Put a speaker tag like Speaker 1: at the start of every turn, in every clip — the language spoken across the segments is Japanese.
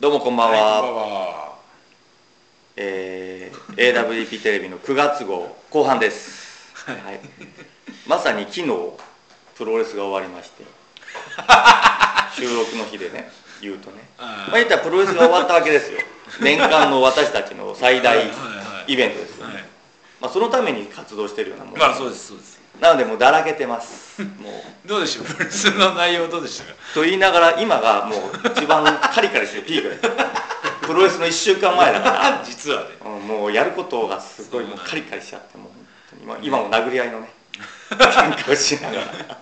Speaker 1: どうもこんばんは、
Speaker 2: こんばんは
Speaker 1: えー AWP テレビの9月号後半です、はい、まさに昨日プロレスが終わりまして 収録の日でね言うとねまあ
Speaker 2: あー
Speaker 1: 言ったらプロレスが終わったわけです よ年間の私たちの最大
Speaker 2: はいはい
Speaker 1: イベントですよね、まあ、そのために活動してるようなもん
Speaker 2: まあそうですそうです
Speaker 1: なのでもうだらけて ますもう
Speaker 2: どうでしょうプ ロレスの内容どうでしたか
Speaker 1: と言いながら今がもう一番カリカリしてるピークです プロレスの1週間前だから
Speaker 2: 実はね
Speaker 1: うんもうやることがすごいもうカリカリしちゃってもう本当に今今も殴り合いのね喧嘩をしながら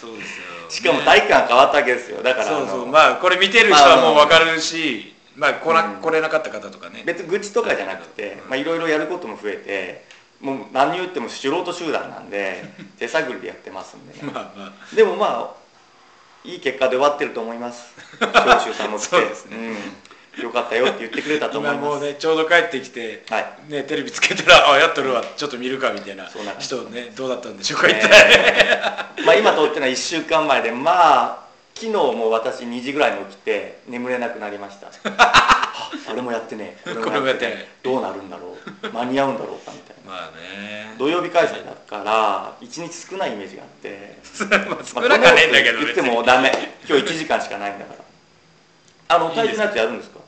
Speaker 2: そうですよ
Speaker 1: しかも体育館変わったわけですよだから
Speaker 2: そうそ
Speaker 1: あの
Speaker 2: うまあこれ見てる人はもう分かるしまあ来な来れなかった方とかね
Speaker 1: 別に愚痴とかじゃなくてまあいろいろやることも増えてもう何言っても素人集団なん で手探りでやってますんでね
Speaker 2: まあまあ
Speaker 1: でもまあいい結果で終わってると思います長州さんも来て
Speaker 2: そうですね
Speaker 1: うん、よかったよって言ってくれたと思い
Speaker 2: 今
Speaker 1: ま
Speaker 2: もう
Speaker 1: す、
Speaker 2: ねちょうど帰ってきて、
Speaker 1: はい
Speaker 2: ね、テレビつけたら「あやっとるわちょっと見るか」みたいな
Speaker 1: そうなんです
Speaker 2: 人ねどうだったんでしょうか一体、
Speaker 1: え ーまあ今撮ってるのは1週間前でまあ昨日もう私2時ぐらいに起きて眠れなくなりま したああれもやってねえ
Speaker 2: これもやってない
Speaker 1: どうなるんだろう間に合うんだろうかみたいな
Speaker 2: まあね
Speaker 1: 土曜日開催だから1日少ないイメージがあって
Speaker 2: まあ少なかねえんだけど
Speaker 1: まあこんなこと言ってもダメ今日1時間しかないんだからあの体重のやつやるんですか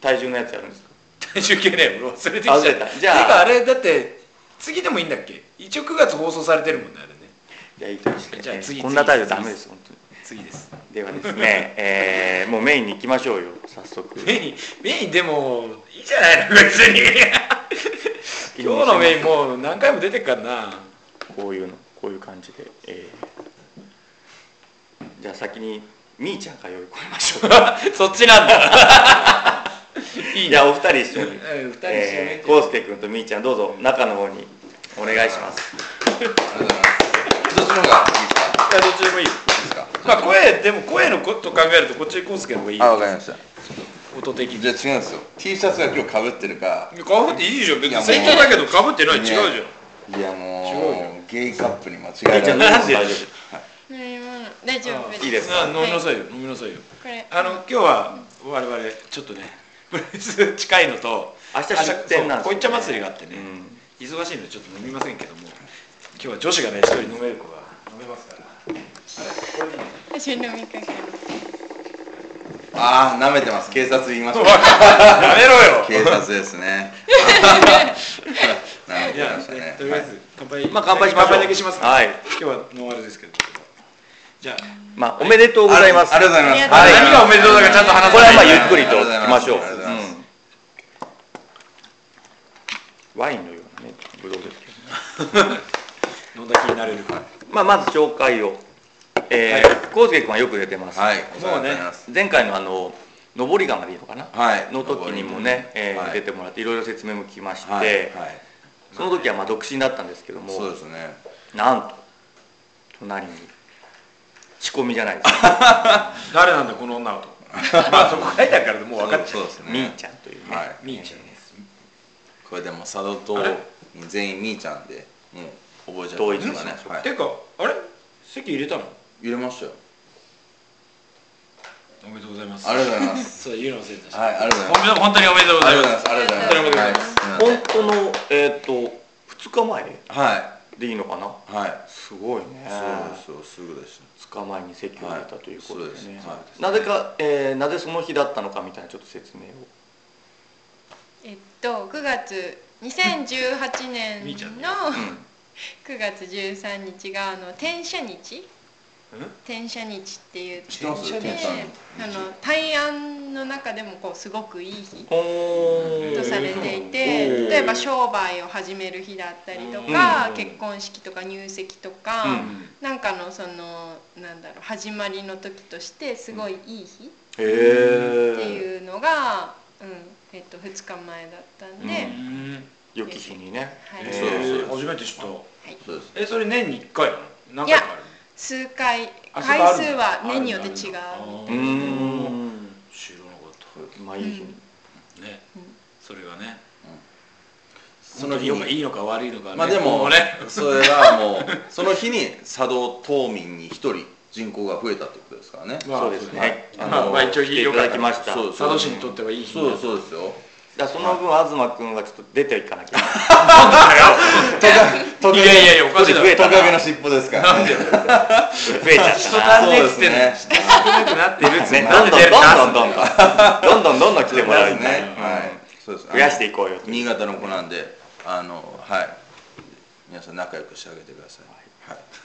Speaker 1: 体重のやつやるんですか
Speaker 2: 体重計ね俺忘れてきちゃ
Speaker 1: あ忘れたじゃあ
Speaker 2: てかあれだって次でもいいんだっけ一応9月放送されてるもんねあれね
Speaker 1: いやいいとして、
Speaker 2: じゃあ次
Speaker 1: こんな体重ダメです本当に
Speaker 2: 次です
Speaker 1: ではですね、えーもうメインに行きましょうよ早速
Speaker 2: メインメインでもいいじゃないの別に今日のメインもう何回も出てっからな
Speaker 1: こういうのこういう感じで、えーじゃあ先にみーちゃんから呼び込みましょう
Speaker 2: そっちなんだ いい
Speaker 1: じ
Speaker 2: ね
Speaker 1: ゃあお二人一緒に
Speaker 2: うん二人一緒に
Speaker 1: えー、こうすけ君とみーちゃんどうぞ中の方にお願いします
Speaker 3: ありがとうございます。どっちの方がいいですか。
Speaker 2: いやどっちでもいいよ
Speaker 3: いいですか。
Speaker 2: まあ声でも声のこと考えるとこっちにこうすけの方がいい
Speaker 3: あ、わ
Speaker 2: よ
Speaker 3: かりました。
Speaker 2: 音的に
Speaker 3: じゃあ違うんですよ。T シャツが今日被ってるか。
Speaker 2: かぶっていいじゃん別
Speaker 3: いや
Speaker 2: に
Speaker 3: もう
Speaker 2: 正解だけどかぶってない違うじゃん
Speaker 3: ねいやもうゲイカップに間違
Speaker 1: みーちゃ
Speaker 3: え
Speaker 1: ん
Speaker 3: ない。
Speaker 1: どう
Speaker 2: なん
Speaker 1: ぞ
Speaker 2: で
Speaker 1: 大丈
Speaker 4: 飲み物大丈夫
Speaker 2: あ
Speaker 4: です
Speaker 1: いいです
Speaker 2: あ飲みなさいよ飲みなさいよ
Speaker 4: これ
Speaker 2: あの今日は我々ちょっとねプロレス近いのと
Speaker 1: 明日出店なんですよね
Speaker 2: そうこいっちゃ祭りがあってね
Speaker 1: 夫、う、ん
Speaker 2: 忙しいのでちょっと飲みませんけども今日は女子がね一人飲める子が飲めますから
Speaker 4: 一緒に飲みかけます
Speaker 3: あー、舐めてます。警察言いま し
Speaker 2: 分
Speaker 3: た。
Speaker 2: かんないやめろよ
Speaker 3: 警察ですね。舐め
Speaker 2: い
Speaker 3: て
Speaker 2: や、
Speaker 3: ましたね。
Speaker 2: とりあえ
Speaker 3: は
Speaker 2: ず乾杯、
Speaker 1: まあ乾杯しましょう
Speaker 2: だけしますか、
Speaker 1: はい
Speaker 2: 今日はノンアルですけどじゃあ
Speaker 1: まあおめでとうございます
Speaker 3: ありがとうございます。
Speaker 1: ありがとうございます
Speaker 2: 何がおめでとうだかちゃんと話さない
Speaker 1: これはまあゆっくり
Speaker 3: あ
Speaker 1: と
Speaker 3: りが
Speaker 1: 聞きましょう
Speaker 3: とございますありがとうございます
Speaker 1: うんワインのようなねブドウですけどね
Speaker 2: 飲んだ気になれるか
Speaker 1: まあまず紹介をえー、こうすけ君はよく出てます、
Speaker 3: はい、お世話になります。
Speaker 1: 前回のあの上り窯でいいのかな、
Speaker 3: はい。
Speaker 1: の時にもね、えー
Speaker 3: はい
Speaker 1: 出てもらっていろいろ説明も聞きまして、
Speaker 3: はい。はい
Speaker 1: その時はまあ独身だったんですけども、
Speaker 3: そうですね。
Speaker 1: なんと隣に仕込みじゃないですか、
Speaker 2: 誰なんだこの女 はとまあそこ書いてあるからもう分かっちゃ
Speaker 3: そう
Speaker 2: う
Speaker 3: ですね。
Speaker 1: みーちゃんというね、
Speaker 3: はい
Speaker 2: みーちゃんです
Speaker 3: これでも佐渡と
Speaker 2: あれ
Speaker 3: 全員みーちゃんでもう覚えちゃ
Speaker 1: 同
Speaker 3: っ
Speaker 1: 一
Speaker 3: た
Speaker 1: に
Speaker 3: ん
Speaker 1: し
Speaker 3: です
Speaker 1: ま
Speaker 3: ね
Speaker 1: し、ょう
Speaker 3: はい
Speaker 2: て、いうかあれ席入れたの
Speaker 3: 入れましたよ
Speaker 2: おめでとうございます
Speaker 3: ありがとうございます
Speaker 2: そう言うの忘れてた
Speaker 3: はいありがとうございます
Speaker 2: 本当におめでとうご
Speaker 3: あ
Speaker 2: ざ
Speaker 3: り
Speaker 2: い
Speaker 3: が
Speaker 2: ま
Speaker 3: とうございますすありがとうございます
Speaker 1: 本当のえっ、と2日前
Speaker 3: は
Speaker 1: でいいのかない
Speaker 3: はい
Speaker 1: すごいね
Speaker 3: そうですよすぐでし
Speaker 1: 2日前に席を入れたということで
Speaker 3: はいそう
Speaker 1: ね、
Speaker 3: ですはい
Speaker 1: なぜか、えーなぜその日だったのかみたいなちょっと説明を
Speaker 4: えっと9月2018
Speaker 2: みーちゃんね
Speaker 4: 年の
Speaker 1: うん
Speaker 4: 9月13日があの転写日転写日って言って
Speaker 3: 知ってます
Speaker 4: で
Speaker 3: 転写日
Speaker 4: あの大安の中でもこうすごくいい日
Speaker 1: ほー
Speaker 4: とされてい
Speaker 1: お
Speaker 4: て
Speaker 1: ー
Speaker 4: 例えば商売を始める日だったりと
Speaker 2: う
Speaker 4: か
Speaker 2: ん
Speaker 4: 結婚式とか入籍とか、
Speaker 1: うん
Speaker 4: なんかのそのなんだろう始まりの時としてすごいいい日、
Speaker 1: へ
Speaker 4: って
Speaker 1: え
Speaker 4: いうのが、うんえっと、2日前だったんで、
Speaker 1: う良き日にね、
Speaker 4: はい
Speaker 1: え
Speaker 2: え
Speaker 1: ー
Speaker 2: ー初めて知った
Speaker 3: そうです
Speaker 2: えそれ年に1回なの何回かある
Speaker 4: 数回
Speaker 2: あ数
Speaker 4: 回
Speaker 2: がある
Speaker 4: 数は年によって違
Speaker 2: あるん
Speaker 4: う
Speaker 2: だあ
Speaker 1: うーん
Speaker 2: 知らなかっ
Speaker 1: まあいい日に、
Speaker 4: うん
Speaker 2: ね
Speaker 4: うん
Speaker 2: それがね
Speaker 3: その日
Speaker 2: 本当
Speaker 3: に
Speaker 2: いいのか悪いのか、ね、
Speaker 3: まあで
Speaker 2: 今
Speaker 3: も
Speaker 2: 後 ね
Speaker 3: それはもうその日に佐渡島民に一人人口が増えたってことですからね
Speaker 2: まあ
Speaker 1: そうですね、
Speaker 3: はい
Speaker 1: あ
Speaker 2: まあ
Speaker 1: の
Speaker 2: まあ一応
Speaker 1: 来ていただきました
Speaker 3: そう
Speaker 2: 佐渡市にとってはいい日
Speaker 3: そうですそうですよ
Speaker 1: だからその分東君はちょっと出ていかなきゃ
Speaker 3: ト
Speaker 2: いやいやいやおかしいだろ
Speaker 1: 増え
Speaker 3: ト
Speaker 1: た
Speaker 3: カゲの尻尾ですからね
Speaker 1: 増えちゃっ
Speaker 2: 人
Speaker 1: たな
Speaker 2: 足んねえっつってんの
Speaker 3: そうですね
Speaker 2: 人足んなくなってるっつって
Speaker 1: ね
Speaker 2: んの
Speaker 1: どんどんどんど
Speaker 2: なん
Speaker 1: どんどんどんどんどんどん来てもらう
Speaker 3: そう
Speaker 1: み
Speaker 3: です
Speaker 1: たい
Speaker 3: ね
Speaker 1: な
Speaker 3: はいそうです
Speaker 1: 増やしていこうよと
Speaker 3: 新潟の子なんであのはい皆さん仲良くしてあげてください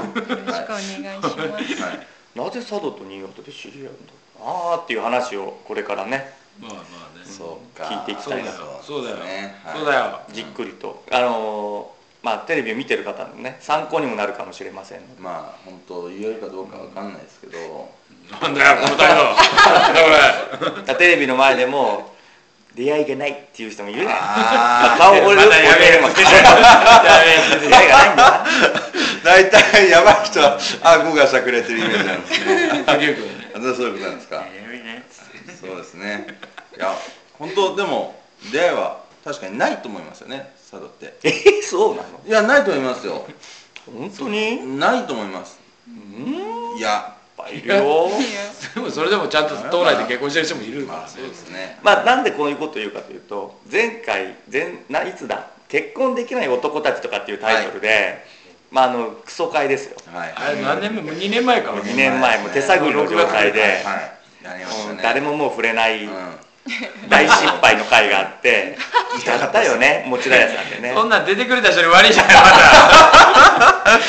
Speaker 4: よろしくお願いします。
Speaker 3: はい、はい、
Speaker 1: なぜ佐渡と新潟で知り合うんだろうなーっていう話をこれからね
Speaker 2: まあまあね
Speaker 3: そうか
Speaker 1: 聞いていき
Speaker 2: そ
Speaker 1: た
Speaker 2: うだ
Speaker 1: い
Speaker 2: よ
Speaker 1: な
Speaker 2: そうだよ、
Speaker 3: ねはい
Speaker 2: そうだよ
Speaker 1: じっくりとあのーまあテレビを見てる方のね参考にもなるかもしれませんので
Speaker 3: まあ本当言えるかどうかわかんないですけど、
Speaker 2: なんだよこの態度なんだこれ
Speaker 1: だからテレビの前でも出会いがないっていう人もいるね
Speaker 3: あ
Speaker 1: 顔俺
Speaker 2: またやめる
Speaker 1: も
Speaker 2: や
Speaker 1: 出会いがないんだ
Speaker 3: あ大体やばい人は顎がしゃくれてるイメージなんですね
Speaker 2: める竹内君ね
Speaker 3: あそういうことなんですか
Speaker 1: なやめないっつって
Speaker 3: そうですねいや本当でも出会いは確かにないと思いますよね佐渡って
Speaker 1: えーそうなの
Speaker 3: いやないと思いますよ
Speaker 1: 本当にうん
Speaker 3: ないと思います
Speaker 1: いっ
Speaker 3: いや
Speaker 1: ぱいいるよ
Speaker 4: いや
Speaker 2: でもそれでもちゃんと島内で結婚してる人もいるから
Speaker 3: まあ
Speaker 2: ね
Speaker 3: そうですね
Speaker 1: まあなんでこういうことを言うかというと前回前ないつだ結婚できない男たちとかっていうタイトルで、まああのクソ会ですよ
Speaker 3: はい
Speaker 2: あれ何年前もう2年前か
Speaker 1: 2
Speaker 2: も
Speaker 1: 年前も手探りの状態で、
Speaker 3: はいやりました
Speaker 1: うん
Speaker 3: ね
Speaker 1: 誰ももう触れない
Speaker 3: うん
Speaker 1: 大失敗の回があってやったよね持田屋さんでね
Speaker 2: そんなん出てくれた人に悪いじゃない また
Speaker 3: い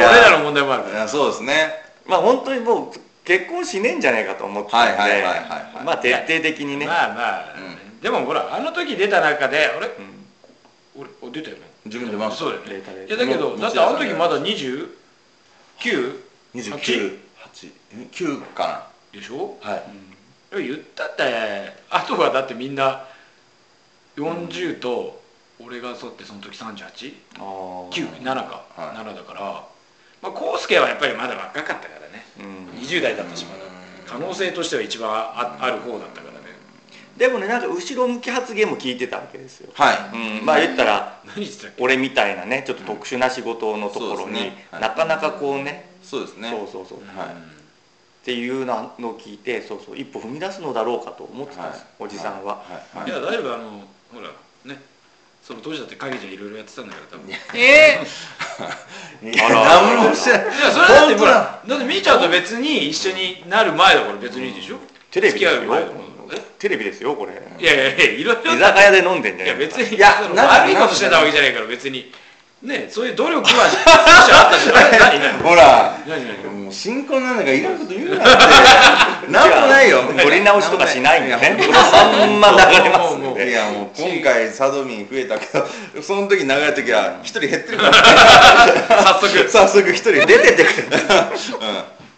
Speaker 3: や
Speaker 2: 俺らの問題もあるか
Speaker 3: い
Speaker 2: ら
Speaker 3: やそうですね
Speaker 1: まあ本当にもう結婚しねえんじゃないかと思ってたんで、
Speaker 3: はいはいはいはいはい
Speaker 1: まあ徹底的にね、
Speaker 2: まあまあ、
Speaker 3: うん
Speaker 2: でもほらあの時出た中であれ
Speaker 1: うん
Speaker 2: 俺俺出たよね
Speaker 3: 自分で回した
Speaker 2: そうだよね
Speaker 1: 出た出た
Speaker 2: いやだけどだってあの時まだ 29?
Speaker 3: 29 8 9か
Speaker 2: でしょ
Speaker 3: なはい
Speaker 2: 言ったってあとはだってみんな40と俺がそうってその時38997
Speaker 1: あー
Speaker 2: か、
Speaker 3: はい
Speaker 2: 7だからまあ康介はやっぱりまだ若かったからね
Speaker 1: うん
Speaker 2: 20代だったしまだ可能性としては一番あある方だったからね
Speaker 1: でもねなんか後ろ向き発言も聞いてたわけですよ、
Speaker 3: はい
Speaker 1: うん、まあ言ったら
Speaker 2: 何言ってたっけ
Speaker 1: 俺みたいなねちょっと特殊な仕事のところ
Speaker 3: そう
Speaker 1: に、
Speaker 3: ですねはい
Speaker 1: なかなかこうね
Speaker 3: そうですね
Speaker 1: そうそうそう、
Speaker 3: はい
Speaker 1: っていうのを聞いてそうそう一歩踏み出すのだろうかと思ってたんです、
Speaker 3: はい
Speaker 1: おじさんは、
Speaker 3: はい
Speaker 2: いや大丈夫あのほらねその当時だって影ちゃんいろいろやってたんだから多分いや
Speaker 4: え
Speaker 3: い
Speaker 1: あ
Speaker 3: や
Speaker 1: ら
Speaker 3: 何もしてない
Speaker 2: それだってほ
Speaker 3: 本当
Speaker 2: らだってみーちゃんと別に一緒になる前だから別にいいでしょ、
Speaker 1: テレビ
Speaker 2: 付き
Speaker 1: です
Speaker 2: 合う
Speaker 1: よ
Speaker 2: 前だからえ
Speaker 1: テレビですよこれ
Speaker 2: いやいやいやいろいろ
Speaker 1: 居酒屋で飲んでんじゃな
Speaker 2: いや
Speaker 1: い
Speaker 2: 別に
Speaker 3: いや
Speaker 2: その
Speaker 3: なんか
Speaker 2: 悪いことしてたわけじゃないから別にねそういう努力は少しあったじゃない何
Speaker 3: ほら
Speaker 2: 何何何
Speaker 3: もう新婚なんだからいらんこと言うなって なんもないよ
Speaker 1: 取り直しとかしないんでね
Speaker 3: い
Speaker 1: これそんな流れますん
Speaker 2: もうもうもう
Speaker 1: で
Speaker 3: やいやもう今回佐渡民増えたけどその時流れた時は一人減ってるから
Speaker 2: 早速
Speaker 3: 早速一人出て
Speaker 1: 出ててくれ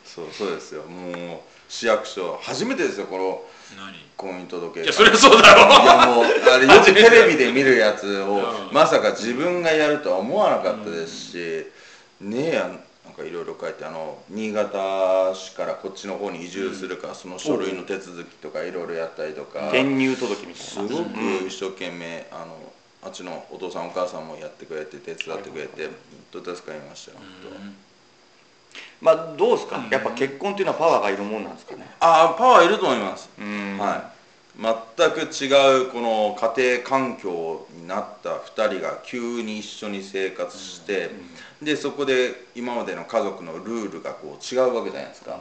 Speaker 3: そうそうですよもう市役所初めてですよこの
Speaker 2: 何
Speaker 3: 婚姻届
Speaker 2: いやそりゃそうだ
Speaker 3: い
Speaker 2: ろ
Speaker 3: やもうあれよくテレビで見るやつを
Speaker 2: うん
Speaker 3: まさか自分がやるとは思わなかったですし、ねえやなんかいろいろ書いてあの新潟市からこっちの方に移住するから、その書類の手続きとかいろいろやったりとか、
Speaker 1: 転入届みた
Speaker 3: す
Speaker 1: いな
Speaker 3: ごく
Speaker 1: うん
Speaker 3: 一生懸命あのあっちのお父さんお母さんもやってくれて手伝ってくれて本当助かりましたよ、本当
Speaker 1: まあどうですかやっぱ結婚っていうのはパワーがいるもんなんですかね
Speaker 3: ああパワーいると思います、
Speaker 1: うん
Speaker 3: はい全く違うこの家庭環境になった2人が急に一緒に生活して、でそこで今までの家族のルールがこう違うわけじゃないですか、は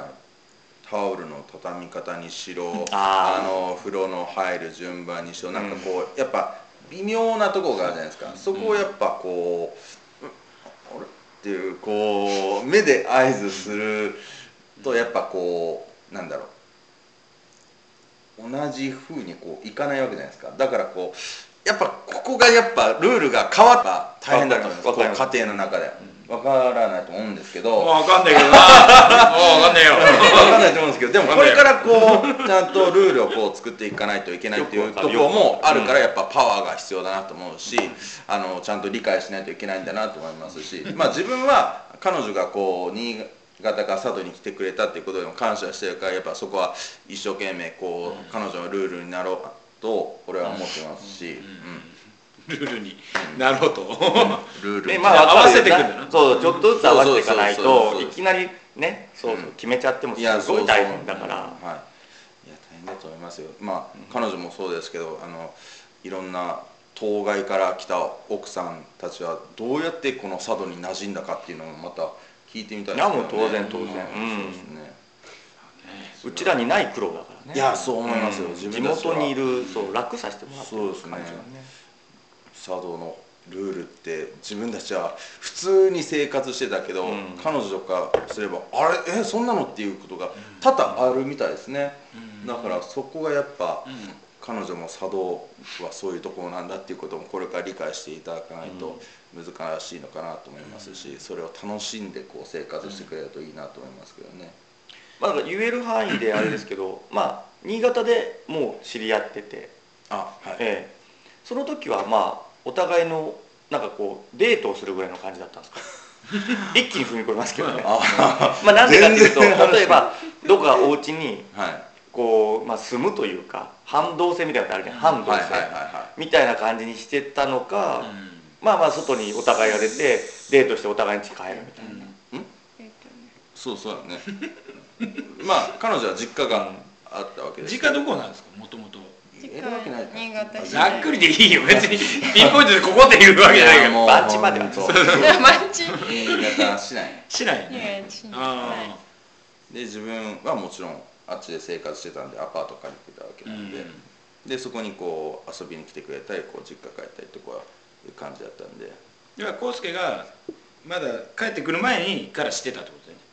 Speaker 3: いタオルの畳み方にしろ
Speaker 1: あー
Speaker 3: の風呂の入る順番にしろなんかこう、やっぱ微妙なとこがあるじゃないですか、そこをやっぱこう、うんあれっていうこう目で合図するとやっぱこうなんだろう同じ風にこういかないわけじゃないですかだからこうやっぱここがやっぱルールが変わったら大変だと思います
Speaker 1: わかります
Speaker 3: こう家庭の中でわからないと思うんですけど、
Speaker 2: もう分かんないけどなもう分かんないよ
Speaker 3: 分かんないと思うんですけどでもこれからこうちゃんとルールをこう作っていかないといけないっていうところもあるからやっぱパワーが必要だなと思うしあのちゃんと理解しないといけないんだなと思いますし まあ自分は彼女がこう新潟から佐渡に来てくれたっていうことでも感謝してるからやっぱそこは一生懸命こう彼女のルールになろうと俺は思ってますし、
Speaker 2: ルールになろうと、
Speaker 3: うんルール
Speaker 1: で
Speaker 3: も
Speaker 1: まあ、
Speaker 2: 合わせ
Speaker 1: 分かるよ
Speaker 2: てくんだな
Speaker 1: そうちょっとずつ合わせていかない
Speaker 3: そうそうそうそう
Speaker 1: と
Speaker 3: そう
Speaker 1: いきなりねそうそう
Speaker 3: うん
Speaker 1: 決めちゃってもす
Speaker 3: いや
Speaker 1: ごい大
Speaker 3: そうそう
Speaker 1: 変だから
Speaker 3: はい、いや大変だと思いますよまあ、彼女もそうですけどあのいろんな当該から来た奥さんたちはどうやってこの佐渡に馴染んだかっていうのをまた聞いてみたいです
Speaker 1: いや
Speaker 3: けど
Speaker 1: もう当然当然うん
Speaker 3: そうですね
Speaker 1: うちらにない苦労だからね
Speaker 3: いやそう思います
Speaker 1: う
Speaker 3: よ、
Speaker 1: ん
Speaker 3: 自
Speaker 1: 地
Speaker 3: 分たちは
Speaker 1: 元にいるそう楽させてもらってる
Speaker 3: そうですね
Speaker 1: 感じがね
Speaker 3: 佐渡のルールって自分たちは普通に生活してたけど、
Speaker 1: うん
Speaker 3: 彼女からすればあれえそんなのっていうことが多々あるみたいですね、
Speaker 2: うん
Speaker 3: だからそこがやっぱ、
Speaker 2: うん
Speaker 3: 彼女も茶道はそういうところなんだっていうこともこれから理解していただかないと難しいのかなと思いますし、それを楽しんでこう生活してくれるといいなと思いますけどね、
Speaker 1: まあだから言える範囲であれですけどまあ新潟でもう知り合ってて
Speaker 3: あはい、
Speaker 1: ええその時はまあお互いのなんかこうデートをするぐらいの感じだったんです か一気に踏み込みますけどね
Speaker 3: あ
Speaker 1: まあなんでかっていうと
Speaker 3: 全然話
Speaker 1: 例えばどこかお家に
Speaker 3: はい
Speaker 1: こう、まあ、住むというか半同棲みたいなのってあるじゃん半同
Speaker 3: はいはい
Speaker 1: 棲、
Speaker 3: はいは
Speaker 1: みたいな感じにしてたのか、
Speaker 2: うん
Speaker 1: まあまあ外にお互いが出てデートしてお互いに家帰るみたいな、
Speaker 4: えっとね
Speaker 3: いそうそうだねまあ彼女は実家があったわけです
Speaker 2: 実家どこなんですかもともと
Speaker 4: 実
Speaker 3: 言えるわけない
Speaker 4: 家新潟市
Speaker 2: ざっくりでいいよ別にピンポイントでここって言うわけじゃないか
Speaker 3: いやも
Speaker 2: ら
Speaker 3: う
Speaker 1: バンチまでは
Speaker 3: そう
Speaker 4: マジ
Speaker 3: 新潟市内
Speaker 2: 市内
Speaker 4: い
Speaker 2: ね
Speaker 4: や新潟
Speaker 2: あ
Speaker 3: で自分はもちろんあっちで生活してたんでアパート借りてたわけ
Speaker 2: あう
Speaker 3: なん
Speaker 2: ん
Speaker 3: で、でそこにこう遊びに来てくれたりこう実家帰ったりとかいう感じだったんで
Speaker 2: では康介がまだ帰ってくる前にからしてたってことだよね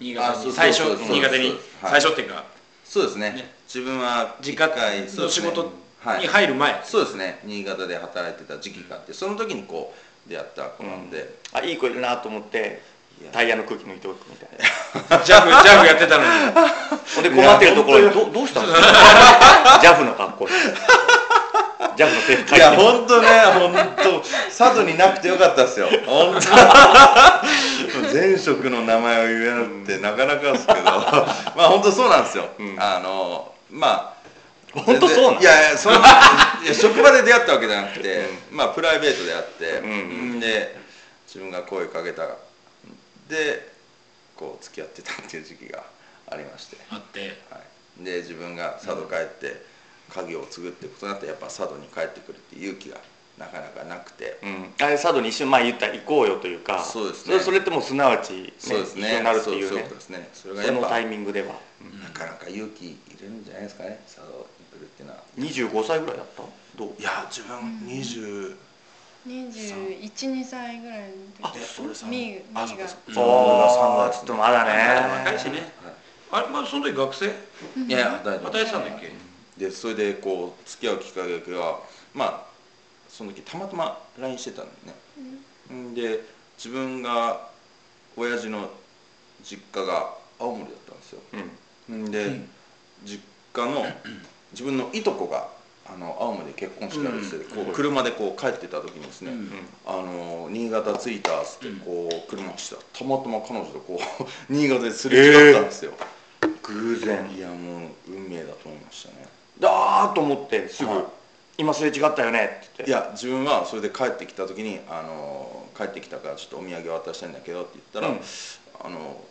Speaker 2: 新潟
Speaker 3: あそう
Speaker 2: に最初
Speaker 3: そうそう
Speaker 2: 新潟に
Speaker 3: そうはい
Speaker 2: 最初っていうか
Speaker 3: そうですね
Speaker 2: ね
Speaker 3: 自分は
Speaker 2: 実家
Speaker 3: 一回そう
Speaker 2: の
Speaker 3: です
Speaker 2: 仕
Speaker 3: ね
Speaker 2: 事
Speaker 3: は
Speaker 2: に
Speaker 3: い
Speaker 2: 入る 前
Speaker 3: そうですね新潟で働いてた時期があってその時にこう出会った子なんで、
Speaker 1: あいい子いるなと思って
Speaker 3: いや
Speaker 1: タイヤの空気抜いておくみたいな
Speaker 2: ジャブジャブやってたのに
Speaker 1: ほんで困ってると ころにどどうしたのジャフの格好してジャフの制服
Speaker 3: い
Speaker 1: 着
Speaker 3: や
Speaker 1: て
Speaker 3: 本当ね本当佐渡になくてよかったですよ本当前職の名前を言えなくてなかなかですけどまあ本当そうなんですよ、
Speaker 1: うん
Speaker 3: あのまあ
Speaker 1: 本当そうなの
Speaker 3: 全然いやいやそのいや職場で出会ったわけじゃなくて、まあプライベートであって、
Speaker 1: うん
Speaker 3: で自分が声かけたでこう付き合ってたっていう時期がありまして
Speaker 2: あって
Speaker 3: はい、で自分が佐渡帰って家業を継ぐってことになってやっぱ佐渡に帰ってくるって勇気がなかなかなくて、
Speaker 1: うん、あれ佐渡に一緒にまあ言ったら行こうよというか
Speaker 3: そうですね
Speaker 1: れそれってもうすなわち、ね
Speaker 3: そうですね
Speaker 1: 一緒になるっていう
Speaker 3: そうそうい
Speaker 1: ね
Speaker 3: うことですねそれ
Speaker 1: そ
Speaker 3: がやっ
Speaker 1: の
Speaker 3: ぱ
Speaker 1: タイ
Speaker 3: な
Speaker 1: ミングでは、
Speaker 3: かなか勇気いるんじゃないですかね佐渡に来るっていうのは
Speaker 1: 25歳ぐらいだったどう
Speaker 3: いや自分20、
Speaker 4: 二十一二歳ぐらいの
Speaker 1: あ
Speaker 4: 時
Speaker 1: そうです
Speaker 4: みー
Speaker 3: あ
Speaker 4: み
Speaker 3: そう
Speaker 4: ー
Speaker 3: で
Speaker 4: が
Speaker 3: す
Speaker 1: あ
Speaker 3: あ
Speaker 1: あちょっとまだね
Speaker 2: 若いしねあれまあその時学生
Speaker 3: いやいや大丈
Speaker 2: ま
Speaker 3: 夫
Speaker 2: たやってたんだっけ
Speaker 3: でそれでこう付き合うきっかけがまあその時たまたま LINE してたんだよね、ん、で自分が親父の実家が青森だったんですよ
Speaker 1: うん
Speaker 3: んで、
Speaker 2: うん
Speaker 3: 実家の自分のいとこがあの青森で結婚してたりして、
Speaker 2: うん
Speaker 3: こう車でこう帰ってた時にですね、
Speaker 2: うん
Speaker 3: あの新潟着いたっつってこう車走ったらたまたま彼女とこう 新潟ですれ違ったんですよ、
Speaker 1: 偶然
Speaker 3: いやもう運命だと思いましたね
Speaker 1: だーっと思ってすぐ、
Speaker 3: はい
Speaker 1: 今すれ違ったよね」って言って
Speaker 3: いや自分はそれで帰ってきた時にあの帰ってきたからちょっとお土産渡したいんだけどって言ったら、
Speaker 1: うん
Speaker 3: あの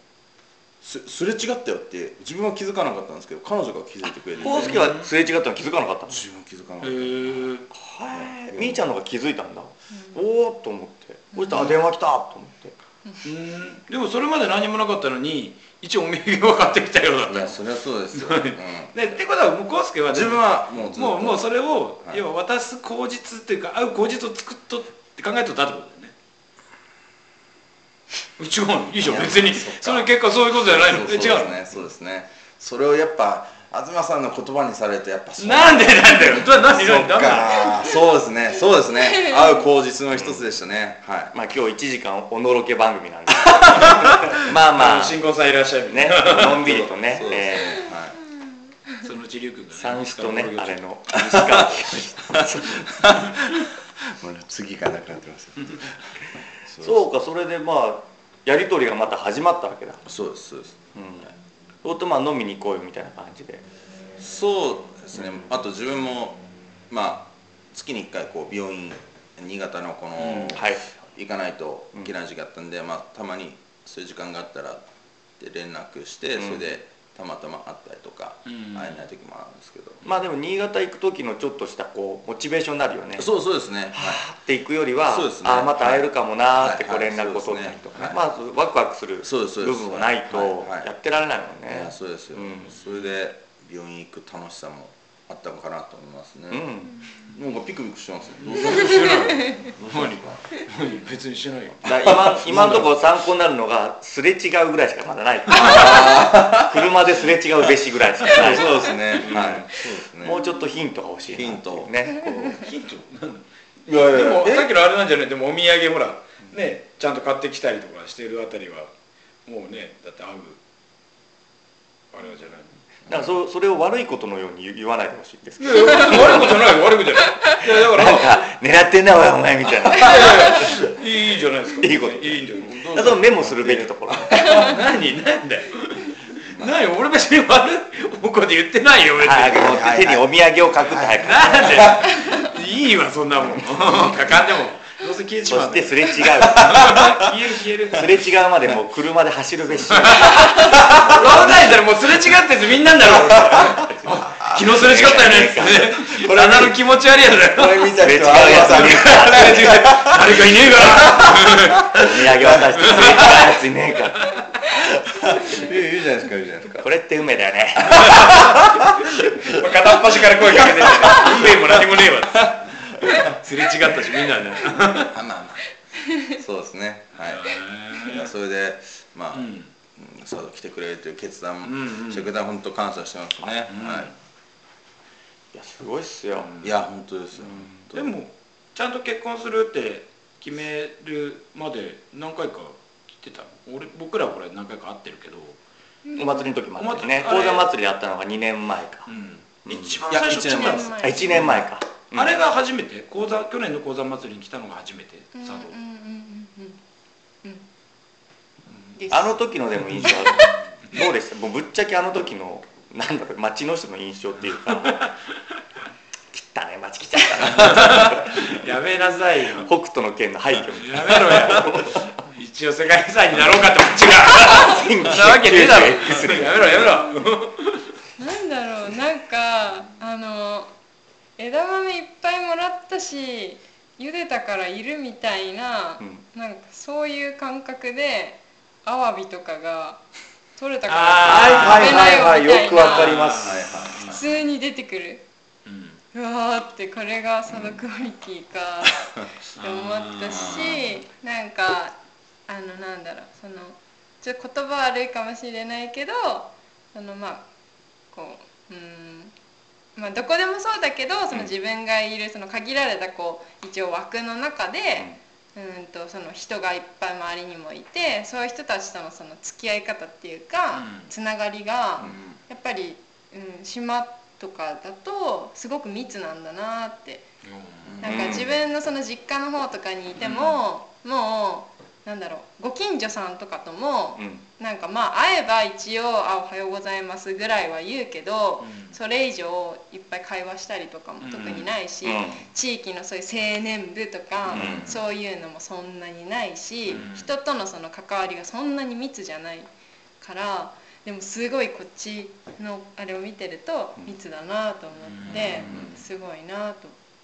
Speaker 3: すすれ違ったよって自分は気づかなかったんですけど彼女が気づいてくれてて
Speaker 1: 康介はすれ違ったの気づかなかったの
Speaker 3: 自分は気づかなか
Speaker 2: へ
Speaker 3: った、
Speaker 2: ー
Speaker 1: はい、
Speaker 3: うん
Speaker 1: みーちゃんのが気づいたんだ、
Speaker 4: う
Speaker 1: おおっと思ってそしたらあ電話来たと思って
Speaker 2: うんでもそれまで何もなかったのに一応お土産を買ってきたようだっ
Speaker 3: い
Speaker 2: た
Speaker 3: やそりゃそうですよ、うん
Speaker 2: ねってことはもう康介は
Speaker 3: 自分はもうずっと
Speaker 2: もうもうそれを、
Speaker 3: はい
Speaker 2: 要は渡す口実っていうか合う口実を作っとって考えとったってことだよね違うのいいじゃん
Speaker 3: いや
Speaker 2: 別に
Speaker 3: そっか
Speaker 2: それ結果そういうことじゃないの
Speaker 3: そ
Speaker 2: え
Speaker 3: うそう
Speaker 2: 違うの
Speaker 3: ですねそうですねそれをやっぱ東さんの言葉にされるとやっぱそう
Speaker 2: なんでなんだよど何
Speaker 3: そ
Speaker 2: 何
Speaker 3: っ
Speaker 2: ダメなの
Speaker 3: かそうですねそうですね会う口実の一つでしたね、はい
Speaker 1: まあ今日1時間おのろけ番組 なんでまあま
Speaker 2: あの
Speaker 1: あ
Speaker 2: 新婚さんいらっしゃるね
Speaker 1: ねのんびりとね
Speaker 3: そうです
Speaker 1: え
Speaker 3: ね、はい
Speaker 2: そのうち龍君がね
Speaker 1: ー三種とねあれの西
Speaker 3: もうね次がなくなってますよ
Speaker 1: そうかそれでまあやり取りがまた始まったわけだ
Speaker 3: そうですそうです
Speaker 1: うんそうとまあ飲みに行こうよみたいな感じで
Speaker 3: そうですねあと自分もまあ月に1回こう病院新潟のこの、
Speaker 1: はい
Speaker 3: 行かないといけない時期があったんで、まあたまにそういう時間があったらって連絡して、
Speaker 1: うん
Speaker 3: それでたまたま会ったりとか、
Speaker 2: うん
Speaker 3: 会えない時もあるんですけど、
Speaker 1: まあでも新潟行く時のちょっとしたこうモチベーションになるよね
Speaker 3: そうそうですね、はい
Speaker 1: はあって行くよりは、
Speaker 3: そうですね
Speaker 1: ああまた会えるかもなーってこう
Speaker 3: はいはい
Speaker 1: 連絡を取ったりとかね、
Speaker 3: は
Speaker 1: まあワクワクする
Speaker 3: そうですそう
Speaker 1: 部
Speaker 3: です
Speaker 1: 分がないと
Speaker 3: はいはい
Speaker 1: やってられないもんね、
Speaker 3: いやそうですよ、
Speaker 1: うん
Speaker 3: それで病院行く楽しさもあったのかなと思いますね、
Speaker 1: うん
Speaker 3: なんかピクピクしてますね、
Speaker 2: してないよ何何別にしてないよ
Speaker 1: だから今今のところ参考になるのがすれ違うぐらいしかまだない車ですれ違うべしぐらいしかない
Speaker 3: そうですね、はいそうですね
Speaker 1: もうちょっとヒントが欲しいな
Speaker 3: ヒント
Speaker 1: ねこ
Speaker 2: ヒント
Speaker 3: いやいや
Speaker 2: でも
Speaker 3: え
Speaker 2: さっきのあれなんじゃないでもお土産ほらねちゃんと買ってきたりとかしてるあたりはもうねだって合うあれじゃないう
Speaker 1: だからそそれを悪いことのように言言わないでほしいんです
Speaker 2: い
Speaker 1: けど
Speaker 2: やいや悪いことじゃないよ悪いことじゃないいやだから
Speaker 1: なんか狙ってんなおいお前みたいな
Speaker 2: いやいやいいじゃないですか
Speaker 1: いいこと
Speaker 2: いいんだよどうぞ
Speaker 1: そのメモするべきところ
Speaker 2: 何何だよ何俺別に悪い方向で言ってないよ別
Speaker 1: はい
Speaker 2: に
Speaker 1: もう手にお土産を隠って早く、
Speaker 2: なんでいいわそんなもんかかんでもどうせ消えち
Speaker 1: そし
Speaker 2: まう
Speaker 1: て
Speaker 2: 消
Speaker 1: すれ違う
Speaker 2: える消える
Speaker 1: すれ違うまでもう車で走るべ し
Speaker 2: そうないたらもうすれ違ってるやつみんなんだ ろうあ昨日すれ違ったよねっつってね 穴の気持ち悪いやつだよ
Speaker 3: これ見
Speaker 1: す
Speaker 3: た
Speaker 1: れ違う
Speaker 3: 人
Speaker 1: や
Speaker 3: は
Speaker 1: ついねえか
Speaker 2: 誰かいねえか
Speaker 1: 土産渡してすれ違うやついねえか
Speaker 3: いいいいじゃないですかいいじゃないです か
Speaker 1: これって梅だよね
Speaker 2: ら片っ端から声かけてね運命も何もねえわすれ違ったしみんなね
Speaker 3: あまあまあ そうですねはいいやそれでまあ、
Speaker 2: うん
Speaker 3: そう来てくれるという決断、
Speaker 2: うんうん
Speaker 3: してくれたら本当感謝してますね、
Speaker 2: うん
Speaker 3: はい
Speaker 1: やす ごいっすよ
Speaker 3: い、いや本当ですよ、
Speaker 2: でもちゃんと結婚するって決めるまで何回か来てた俺僕らこれ何回か会ってるけど、
Speaker 1: お祭りの時もあったよね
Speaker 2: お祭
Speaker 1: 高
Speaker 2: り
Speaker 1: 山祭りであったのが2年前か、
Speaker 2: 一番最初
Speaker 3: いや一年前
Speaker 2: 来たの
Speaker 4: はい
Speaker 1: あ1年前か、うん
Speaker 2: あれが初めて講座去年の講座祭りに来たのが初めて
Speaker 4: うんうん
Speaker 2: 佐
Speaker 4: う
Speaker 2: 渡、
Speaker 4: んうんうんうんです
Speaker 1: あの時のでも印象どうでしたもうぶっちゃけあの時のなんだろう街の人の印象っていうか 切ったね街来ちゃったな
Speaker 2: やめなさいよ
Speaker 1: 北斗の剣の廃墟
Speaker 2: やめろや一応世界遺産になろうかってこっちがそんなわけねえだろやめろやめろ
Speaker 4: なんだろうなんかあの枝豆いっぱいもらったし茹でたからいるみたいな、
Speaker 1: う
Speaker 4: なんかそういう感覚でアワビとかが取れたか
Speaker 2: あ
Speaker 4: ら
Speaker 2: ー
Speaker 4: 食べなよみたいな
Speaker 1: はいはいはいよくわかります
Speaker 2: はい
Speaker 4: 普通に出てくる
Speaker 2: うん
Speaker 4: うわーってこれがそのクオリティ かって思ったしなんかあのなんだろうそのちょっと言葉悪いかもしれないけどそのまあこううーんまあどこでもそうだけどその自分がいるその限られたこう一応枠の中で。うーんとその人がいっぱい周りにもいてそういう人たちとのその付き合い方っていう
Speaker 2: う
Speaker 4: か、
Speaker 2: ん
Speaker 4: つながりが、やっぱり、うん、島とかだとすごく密なんだなって
Speaker 2: うん
Speaker 4: なんか自分のその実家の方とかにいても、もうなんだろうご近所さんとかとも、
Speaker 1: うん
Speaker 4: なんかまあ会えば一応「あおはようございます」ぐらいは言うけど、
Speaker 2: うん
Speaker 4: それ以上いっぱい会話したりとかも特にないし、
Speaker 1: うん
Speaker 4: 地域のそういう青年部とか、
Speaker 3: うん
Speaker 4: そういうのもそんなにないし、
Speaker 2: うん
Speaker 4: 人とのその関わりがそんなに密じゃないからでもすごいこっちのあれを見てると
Speaker 1: うん
Speaker 4: 密だなと思って、
Speaker 3: うん
Speaker 4: すごいなと、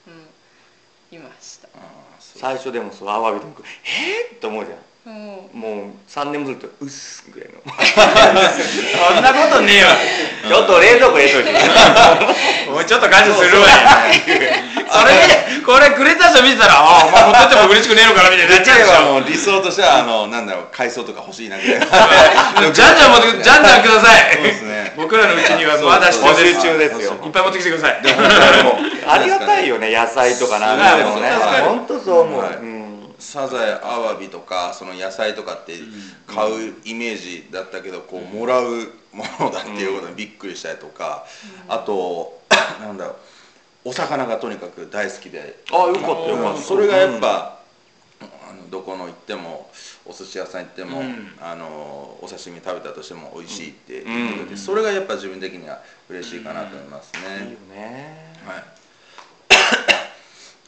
Speaker 4: うん、いました。
Speaker 3: あーそう
Speaker 1: 最初でもそのアワビでもえっ、と思うじゃん
Speaker 4: もう
Speaker 1: もう3年もするとうっすぐらいの
Speaker 2: そんなことねえわ
Speaker 1: ちょっと冷蔵庫入れといて
Speaker 2: もうちょっと感謝するわよ。それで、これくれた人見てたら、ああ、お前持ってっても嬉しくねえのかなみたいになっち
Speaker 3: 例
Speaker 2: ゃう
Speaker 3: え
Speaker 2: でしょ。
Speaker 3: ばあの理想としてはあのなんだろう海藻とか欲しいなみ たいな
Speaker 2: じゃんじゃん持ってく、じゃんじゃんください
Speaker 3: そうですね。
Speaker 2: 僕らのうちにはまだ
Speaker 1: そう
Speaker 2: 人手
Speaker 1: そう募集中
Speaker 2: で
Speaker 1: ですよ
Speaker 2: いっぱい持ってきてください。
Speaker 1: ありがたいよね野菜とかなんでもね
Speaker 2: そうそう
Speaker 1: 本当そう思う、
Speaker 3: はい
Speaker 1: うん
Speaker 3: サザエアワビとかその野菜とかって買うイメージだったけどこうもらう ものだっていうことにびっくりしたりとか、あとなんだろうお魚がとにかく大好きで
Speaker 1: あよかったよ
Speaker 2: ま
Speaker 1: か
Speaker 2: あ
Speaker 1: っ
Speaker 3: うん
Speaker 1: た
Speaker 3: それがやっぱ、あのどこの行ってもお寿司屋さん行っても、
Speaker 2: うん
Speaker 3: あのお刺身食べたとしても美味しいっていうこと
Speaker 1: う
Speaker 3: で、
Speaker 1: ん
Speaker 3: それがやっぱ自分的には嬉しいかなと思います
Speaker 1: うんいいよ、
Speaker 3: ね
Speaker 1: ね
Speaker 3: はい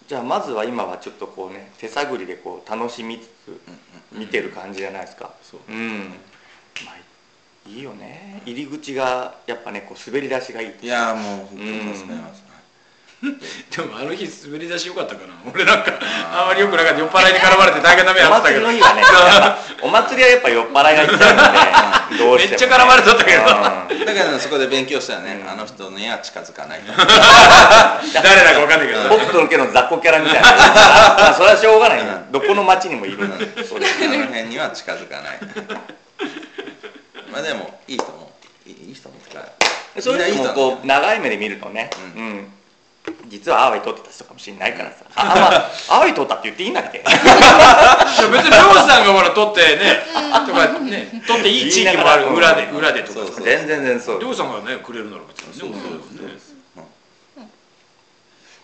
Speaker 1: じゃあまずは今はちょっとこうね手探りでこう楽しみつつ見てる感じじゃないですか
Speaker 3: そう
Speaker 1: うん、まあいいよね入り口がやっぱねこう滑り出しがいい
Speaker 3: いやーもう本当に助かります、
Speaker 2: でもあの日滑り出し良かったかな俺なんかあんまり良くなかった酔っ払いに絡まれて大変な目
Speaker 1: お
Speaker 2: あった
Speaker 1: 祭
Speaker 2: け
Speaker 1: り
Speaker 2: ど
Speaker 1: の
Speaker 2: めっ
Speaker 1: 日はねお祭りはやっぱ酔っ払いが行っちゃうんでね どうしても、ね、
Speaker 2: ちゃ絡まれとったけど
Speaker 1: うん
Speaker 3: だからそこで勉強したらね、
Speaker 1: うん
Speaker 3: あの人には近づかない と
Speaker 2: 誰だか分かんないけど
Speaker 1: 北斗の家の雑魚キャラみたいな、まあ、それはしょうがないなどこの町にもいるなそれ
Speaker 3: あの辺には近づか ないまあでもいいと思ういいいいと思うってか
Speaker 1: それで
Speaker 3: み
Speaker 1: も
Speaker 3: んないいと思
Speaker 1: こう長い目で見るとね、う
Speaker 3: うん
Speaker 1: 実はアワイ取ってた人かもしれないからさ、あまあ、アワイ取ったって言っていいんだっけ
Speaker 2: いや別に漁師さんがほら取ってねとかね取っていい地域もある
Speaker 1: 言いな
Speaker 2: 裏
Speaker 1: が
Speaker 2: で
Speaker 1: ら
Speaker 2: 裏でとか
Speaker 3: そうそう
Speaker 1: 全然全然そう
Speaker 2: 漁師さんがねくれるなら別に
Speaker 3: そうそうそう
Speaker 2: ね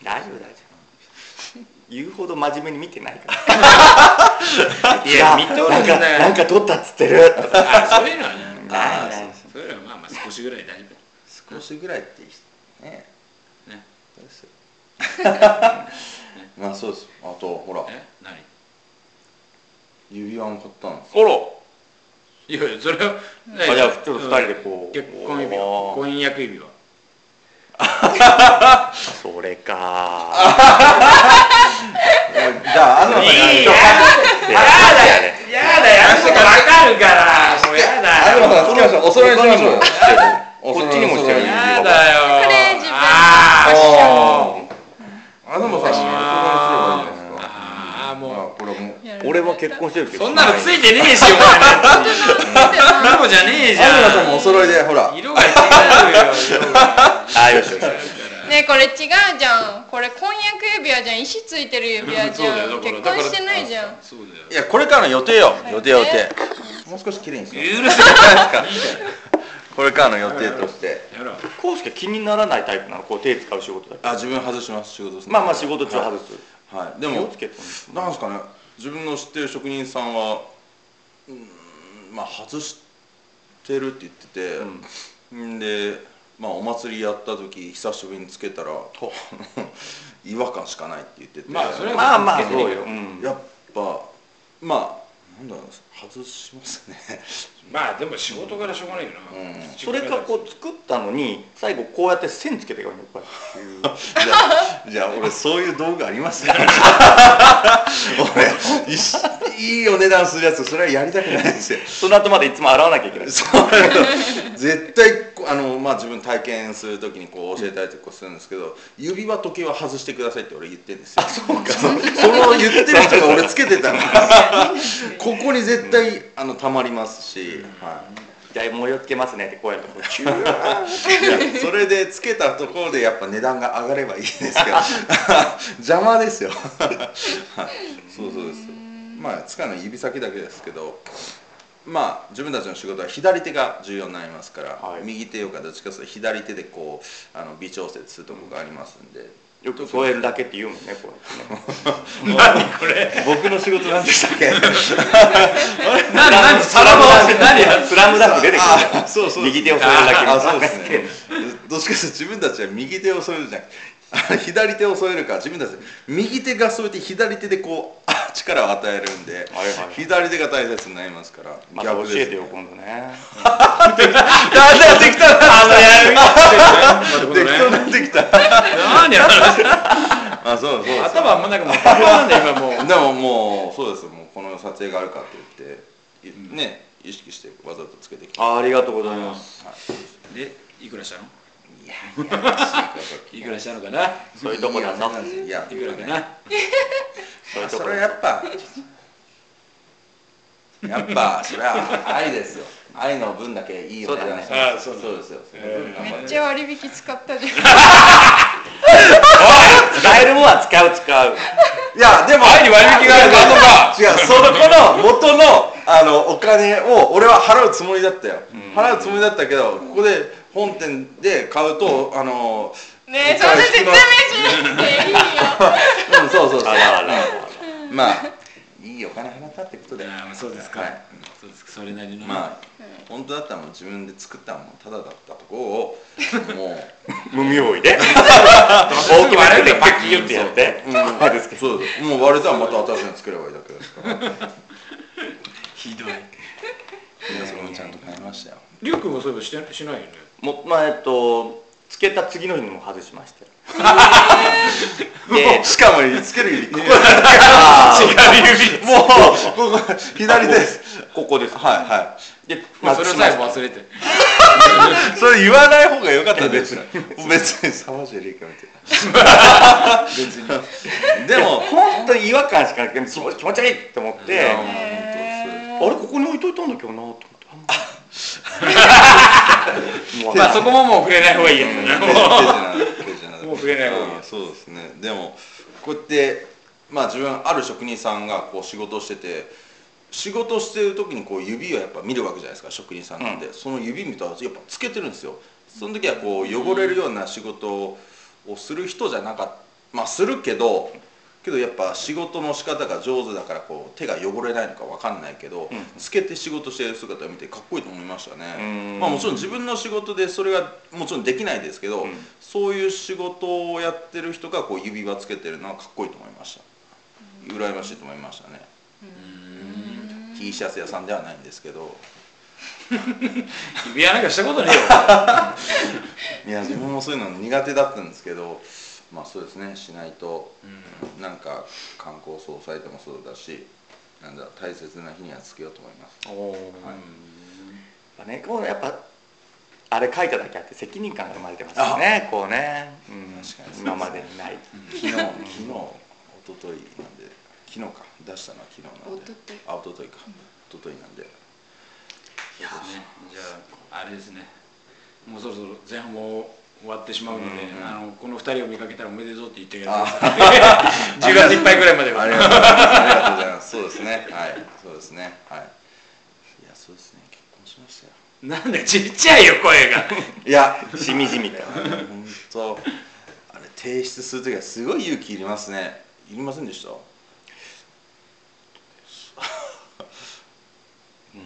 Speaker 1: 大丈夫大丈夫言うほど真面目に見てないから いや
Speaker 2: 見とるん
Speaker 1: なんか
Speaker 2: だよ
Speaker 1: なんか取ったっつってるとか
Speaker 2: あそういうのはね
Speaker 1: ない
Speaker 3: あー
Speaker 1: ない
Speaker 2: そういうのはまあまあ少しぐらい大丈夫
Speaker 3: 少しぐらいっていいっすね
Speaker 2: ね
Speaker 3: そうですよ まあそうですあとほら
Speaker 2: え何
Speaker 3: 指輪も買ったんです
Speaker 1: あら
Speaker 2: いやいやそれはね
Speaker 1: あじゃあ普通の二人でこう
Speaker 2: 結婚指輪
Speaker 1: おー
Speaker 2: 婚約指輪
Speaker 1: それか
Speaker 3: じゃああ
Speaker 1: い
Speaker 3: の
Speaker 1: い
Speaker 3: が
Speaker 1: ーやだよ
Speaker 2: やだやるとか分かるからもうやだ
Speaker 3: あのがつけましょうお揃いにしましょうよ
Speaker 1: こっちにもしてる
Speaker 2: やだよ
Speaker 4: これ自分
Speaker 2: あー
Speaker 3: おーあのもさんお揃いにすればいいじゃないですか
Speaker 2: あー
Speaker 3: まあ
Speaker 2: も
Speaker 3: これも
Speaker 1: 俺も結婚してる
Speaker 2: う
Speaker 1: けど
Speaker 2: そんなのついてねえしお前らプロじゃねえじ
Speaker 3: アルナ
Speaker 2: ゃ
Speaker 3: さ
Speaker 2: ん
Speaker 3: んもお揃いでほら
Speaker 2: 色が違うよ色が
Speaker 1: あよしよしよし
Speaker 4: ねえこれ違うじゃんこれ婚約指輪じゃん石ついてる 指輪じゃん結婚してないじゃん
Speaker 2: そうだよ
Speaker 3: いやこれからの予定よ予定予定
Speaker 4: え
Speaker 3: もう少し綺麗にしよう
Speaker 2: 許せ
Speaker 3: じゃないですかこれからの予定として
Speaker 2: やろう
Speaker 1: コウスケ気にならないタイプなのこう手使う仕事だけ
Speaker 3: あ自分外します仕事する
Speaker 1: まあまあ仕事中は外す、
Speaker 3: はいはいで
Speaker 1: 気を
Speaker 3: も
Speaker 1: つけてね
Speaker 3: なんですかね自分の知ってる職人さんはうーんまあ外してるって言ってて、
Speaker 1: うん
Speaker 3: んで、まあ、お祭りやった時久しぶりにつけたら 違和感しかないって言ってて、
Speaker 2: まあそれは
Speaker 1: まあまあそうよ、うん
Speaker 3: やっぱまあなんだろう外しますね
Speaker 2: まあでも仕事からしょうがないよな
Speaker 3: うん
Speaker 1: それかこう作ったのに最後こうやって線つけていくわけよこうやって
Speaker 3: じゃあじゃあ俺そういう道具あります から俺いしいいお値段するやつそれはやりたくないですよ
Speaker 1: その後までいつも洗わなきゃいけない
Speaker 3: そうあの絶対こうあの、まあ、自分体験するときにこう教えたりとかするんですけど指輪時計は外してくださいって俺言ってるんですよそうかその言ってる人が俺つけて たのここに絶対あのたまりますし、は
Speaker 1: じゃあ模様つけますねってこうやってこうチュー
Speaker 3: い、いやそれでつけたところでやっぱ値段が上がればいいですけ ど邪魔ですよ、はい、 そうそうですまあつかない指先だけですけどまあ自分たちの仕事は左手が重要になりますから、
Speaker 1: はい
Speaker 3: 右手よりかどっちかというと左手でこうあの微調整するとこがありますんで、
Speaker 1: よく添えるだけって言うもんねこうやってね
Speaker 2: 何これ
Speaker 1: 僕の仕事なんでしたっけ
Speaker 2: 何何さらばは何や
Speaker 1: スラムダンク出てくる
Speaker 3: あそうそう
Speaker 1: 右手を添えるだけ
Speaker 3: あそうですねどっちかというと自分たちは右手を添えるじゃなくてあ左手を添えるから自分たち右手が添えて左手でこうあ力を与えるんで、
Speaker 1: はいはい
Speaker 3: 左手が大切になりますから
Speaker 1: また教
Speaker 3: で
Speaker 1: え
Speaker 3: す
Speaker 1: て
Speaker 3: ね
Speaker 1: よ今度ね
Speaker 3: あだからできたあのやる
Speaker 2: る
Speaker 3: できたなってきた
Speaker 2: 何や
Speaker 3: あそうそうそう
Speaker 2: 頭あんまなんかもうパンパンだよ今もう
Speaker 3: でももうそうですよもうこの撮影があるかって言っていね意識してわざとつけてきた
Speaker 1: あありがとうございます
Speaker 2: でいくらしたの
Speaker 3: いやいやらしいこと
Speaker 2: いくらしたのかな
Speaker 1: そういうとこだぞ
Speaker 3: いや
Speaker 2: いくらかな
Speaker 1: そういうと
Speaker 3: そ
Speaker 1: こ
Speaker 3: れは
Speaker 1: だ
Speaker 3: や
Speaker 1: ぞ
Speaker 3: っぱやっぱそれは愛ですよ愛の分だけいいよ
Speaker 1: そうだね
Speaker 2: あそうだ
Speaker 3: そうですよ
Speaker 2: ええ
Speaker 4: めっちゃ割引使ったじゃん
Speaker 1: 使えるもんは使う使 う
Speaker 3: いやでも愛に割
Speaker 2: 引があるの
Speaker 3: か違うそこの元のあのお金を俺は払うつもりだったよ払うつもりだったけどここで本店で買うとあの
Speaker 4: ねえそんな説明しなくていいよ
Speaker 3: うんそうそうそう
Speaker 1: あらあら
Speaker 3: まあいいお金払ったってことだよ
Speaker 2: ああそうですか、
Speaker 3: はい
Speaker 2: そうですかそれなりの
Speaker 3: まあ本当だったらもう自分で作ったものた だだったところをもう
Speaker 1: 無名医で
Speaker 2: 大きく割れるよパキ
Speaker 1: ギュッてやって
Speaker 3: うん、そうですもう割れたらまた新しいの作ればいいだけですから
Speaker 5: ひどい
Speaker 3: いやそれもちゃんと買いましたよ
Speaker 2: リュウ君もそういえばしてしないよね
Speaker 1: もまあえっとつけた次の日にも外しましたよで
Speaker 3: しかもつけるよりここだ
Speaker 1: あー
Speaker 3: もうここ左です
Speaker 1: ここです
Speaker 3: はいは
Speaker 1: で、
Speaker 2: まあそ
Speaker 1: 外
Speaker 2: れ
Speaker 1: し
Speaker 2: さ
Speaker 1: ま
Speaker 2: え
Speaker 1: し
Speaker 2: も
Speaker 1: た
Speaker 2: 忘れて
Speaker 3: いそれ言わない方が良かったです別にサマジェリーかみたいな
Speaker 2: 別に
Speaker 1: でも本当に違和感しかなくてすごい気持ち悪いって思って
Speaker 3: や
Speaker 1: あ
Speaker 4: へ
Speaker 1: れここに置いといたんだけどなと思ってあんまもう
Speaker 2: まあそこも もう触れない方がいいやつだね
Speaker 3: も
Speaker 2: もう触れない方がいい
Speaker 3: うんそうですねでもこうやってまあ自分ある職人さんがこう仕事をしてて仕事をしてる時にこう指をやっぱ見るわけじゃないですか職人さんなんで、その指見たらやっぱつけてるんですよその時はこう汚れるような仕事をする人じゃなかったまあするけどけどやっぱ仕事の仕方が上手だからこう手が汚れないのかわかんないけど、
Speaker 1: うん
Speaker 3: つけて仕事してる姿を見てかっこいいと思いましたね
Speaker 1: うん
Speaker 3: まあもちろん自分の仕事でそれがもちろんできないですけど、
Speaker 1: うん
Speaker 3: そういう仕事をやってる人がこう指輪つけてるのはかっこいいと思いました羨ましいと思いましたね、T シャツ屋さんではないんですけど
Speaker 2: 指輪なんかしたことねえよ
Speaker 3: いや自分もそういうの苦手だったんですけどまあそうですねしないと、なんか観光総裁でもそうだしなんだ大切な日にはつけようと思います
Speaker 2: はい
Speaker 1: まあねこうやっぱあれ書いただけあって責任感が生まれてますよねこうね、うん
Speaker 3: 確かに
Speaker 1: 今までにない
Speaker 3: 昨日昨日一昨日なんで昨日か出したのは昨日なんで
Speaker 4: 一昨日
Speaker 3: あ一昨日か一昨日なんで
Speaker 2: いやね、じゃああれですねもうそろそろ前半も終わってしまうので、あのこの二人を見かけたらおめでとうって言ってください10月いっぱいぐらいまでは
Speaker 3: ありがとうございます。ありがとうございます。そうですね。はい。そうですね。はい。いや、そうですね。結婚しましたよ。
Speaker 2: なんでちっちゃいよ声が
Speaker 3: いや、
Speaker 1: しみじみと
Speaker 3: 本当。あれ、提出するときはすごい勇気いりますね。いりませんでした。
Speaker 1: う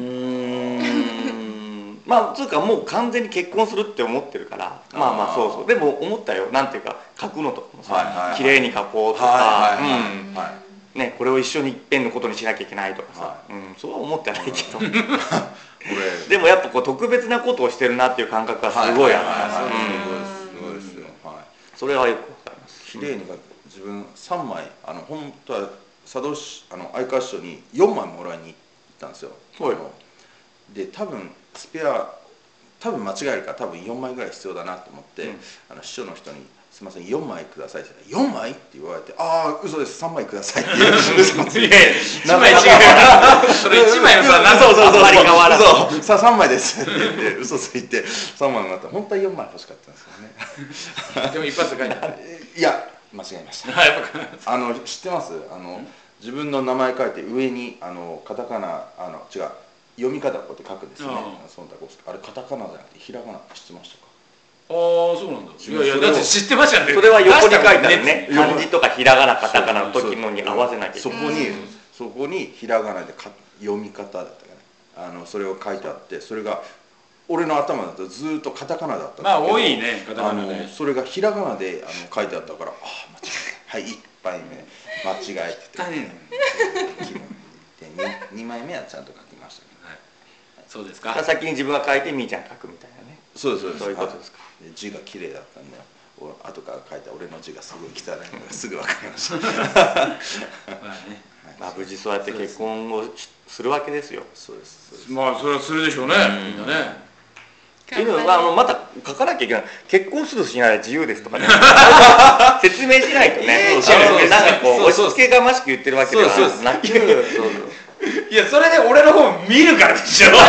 Speaker 1: ーんまあつうかもう完全に結婚するって思ってるからまあまあ
Speaker 3: あー
Speaker 1: そうそうでも思ったよなんていうか書くのとかも
Speaker 3: はいはいは
Speaker 1: さ
Speaker 3: い
Speaker 1: 綺麗に書こうと
Speaker 3: は
Speaker 1: か
Speaker 3: いはいはい
Speaker 1: うん
Speaker 3: はい
Speaker 1: ねこれを一緒にいっぺんのことにしなきゃいけないとかさ
Speaker 3: は
Speaker 1: うんそうは思ってないけど
Speaker 3: これ。
Speaker 1: でもやっぱこう特別なことをしてるなっていう感覚がすごいある
Speaker 3: は
Speaker 1: から
Speaker 3: は
Speaker 1: うん
Speaker 3: すごいです。すごいですよ。はい。
Speaker 1: それはよくわかります
Speaker 3: 綺麗に書く自分3枚あの本当は佐渡市あの相川市長に4枚もらいに行ったんですよ、
Speaker 1: はい
Speaker 3: あので多分スペア多分間違えるから多分4枚ぐらい必要だなと思って、
Speaker 1: うん
Speaker 3: あの市長の人に「すいません4枚ください」って言ったら「4枚?」って言われて「ああ嘘です3枚ください」って 言う嘘つい
Speaker 2: いやいや一枚違うそれ一枚のさなん
Speaker 3: そうそうそう
Speaker 1: あんまり変わらず
Speaker 3: そうさあ3枚ですって言って嘘ついて3枚もらった本当は4枚欲しかったんですよね
Speaker 2: でも一発で書い た
Speaker 3: いや間違えました
Speaker 2: あやっぱ
Speaker 3: あの知ってますあの自分の名前書いて上にあのカタカナあの違う読み方をこうやって書くんですよね
Speaker 2: う。
Speaker 3: そんたこあれカタカナじゃなくてひらがなって知ってましたか。
Speaker 2: あーそうなんだいやいやだって知ってましたよね
Speaker 1: それは横に書いてあるね
Speaker 2: 出したもん
Speaker 1: 漢字とかひらがなカタカナの時のに合わせなきゃいけ
Speaker 3: そ
Speaker 1: な
Speaker 3: こ
Speaker 1: い
Speaker 3: にそこにひらがなでか読み方だったかな。あのそれを書いてあってそれが俺の頭だとずーっとカタカナだったんだけど。
Speaker 2: まあ多いねカタ
Speaker 3: あ
Speaker 2: カナ
Speaker 3: の
Speaker 2: ね
Speaker 3: それがひらがなであの書いてあったからああ間違えたはい一杯目間違え てて
Speaker 2: 汚ね
Speaker 3: で二二枚目はちゃんと書きましたけど。
Speaker 2: そうですか
Speaker 1: だから先に自分が書いてみーちゃん書くみたいなね
Speaker 3: そうですそうです
Speaker 1: そういうことですか
Speaker 3: はいで字が綺麗だったんでお後から書いた俺の字がすごい汚い のがすぐ分かりましたはい
Speaker 2: まあね
Speaker 1: まあ無事そうやって結婚をしするわけですよ
Speaker 3: そうですそうです
Speaker 2: まあそれはするでしょうねみんなね
Speaker 1: っていうの
Speaker 4: 頑
Speaker 1: はあの
Speaker 4: 張
Speaker 1: また書かなきゃいけない結婚するしない自由ですとかね説明しないとね、
Speaker 3: そうそうそう
Speaker 1: なんかこう
Speaker 3: そう
Speaker 1: 押
Speaker 3: そう
Speaker 1: し付けがましく言ってるわけでは
Speaker 3: そうそう
Speaker 1: なく
Speaker 2: いやそれで俺の方見るからでしょ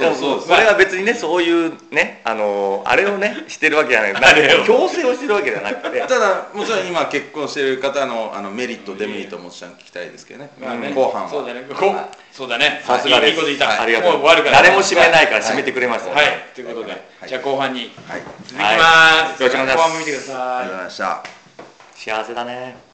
Speaker 1: そうそうそれは別にねそういうねあのあれをねしてるわけじゃないなんか強制をしてるわけじゃなくて
Speaker 3: ただもちろん今結婚してる方のあのメリットデメリットもちろん聞きたいですけどね,、
Speaker 2: まあね
Speaker 3: 後半は
Speaker 2: そうだねこそうだね
Speaker 1: さすがです
Speaker 2: いいこと言った、
Speaker 1: はいありがとう
Speaker 2: もう終わるから
Speaker 1: 誰も締めないから
Speaker 3: はい
Speaker 1: 締めてくれました
Speaker 2: はい
Speaker 1: はい
Speaker 2: ということで、
Speaker 3: はい
Speaker 2: じゃあ後半に
Speaker 3: はいありがとう
Speaker 1: よろ
Speaker 2: 続きます、
Speaker 1: しくお願いします
Speaker 2: 後半も見てください
Speaker 3: ございました
Speaker 1: 幸せだね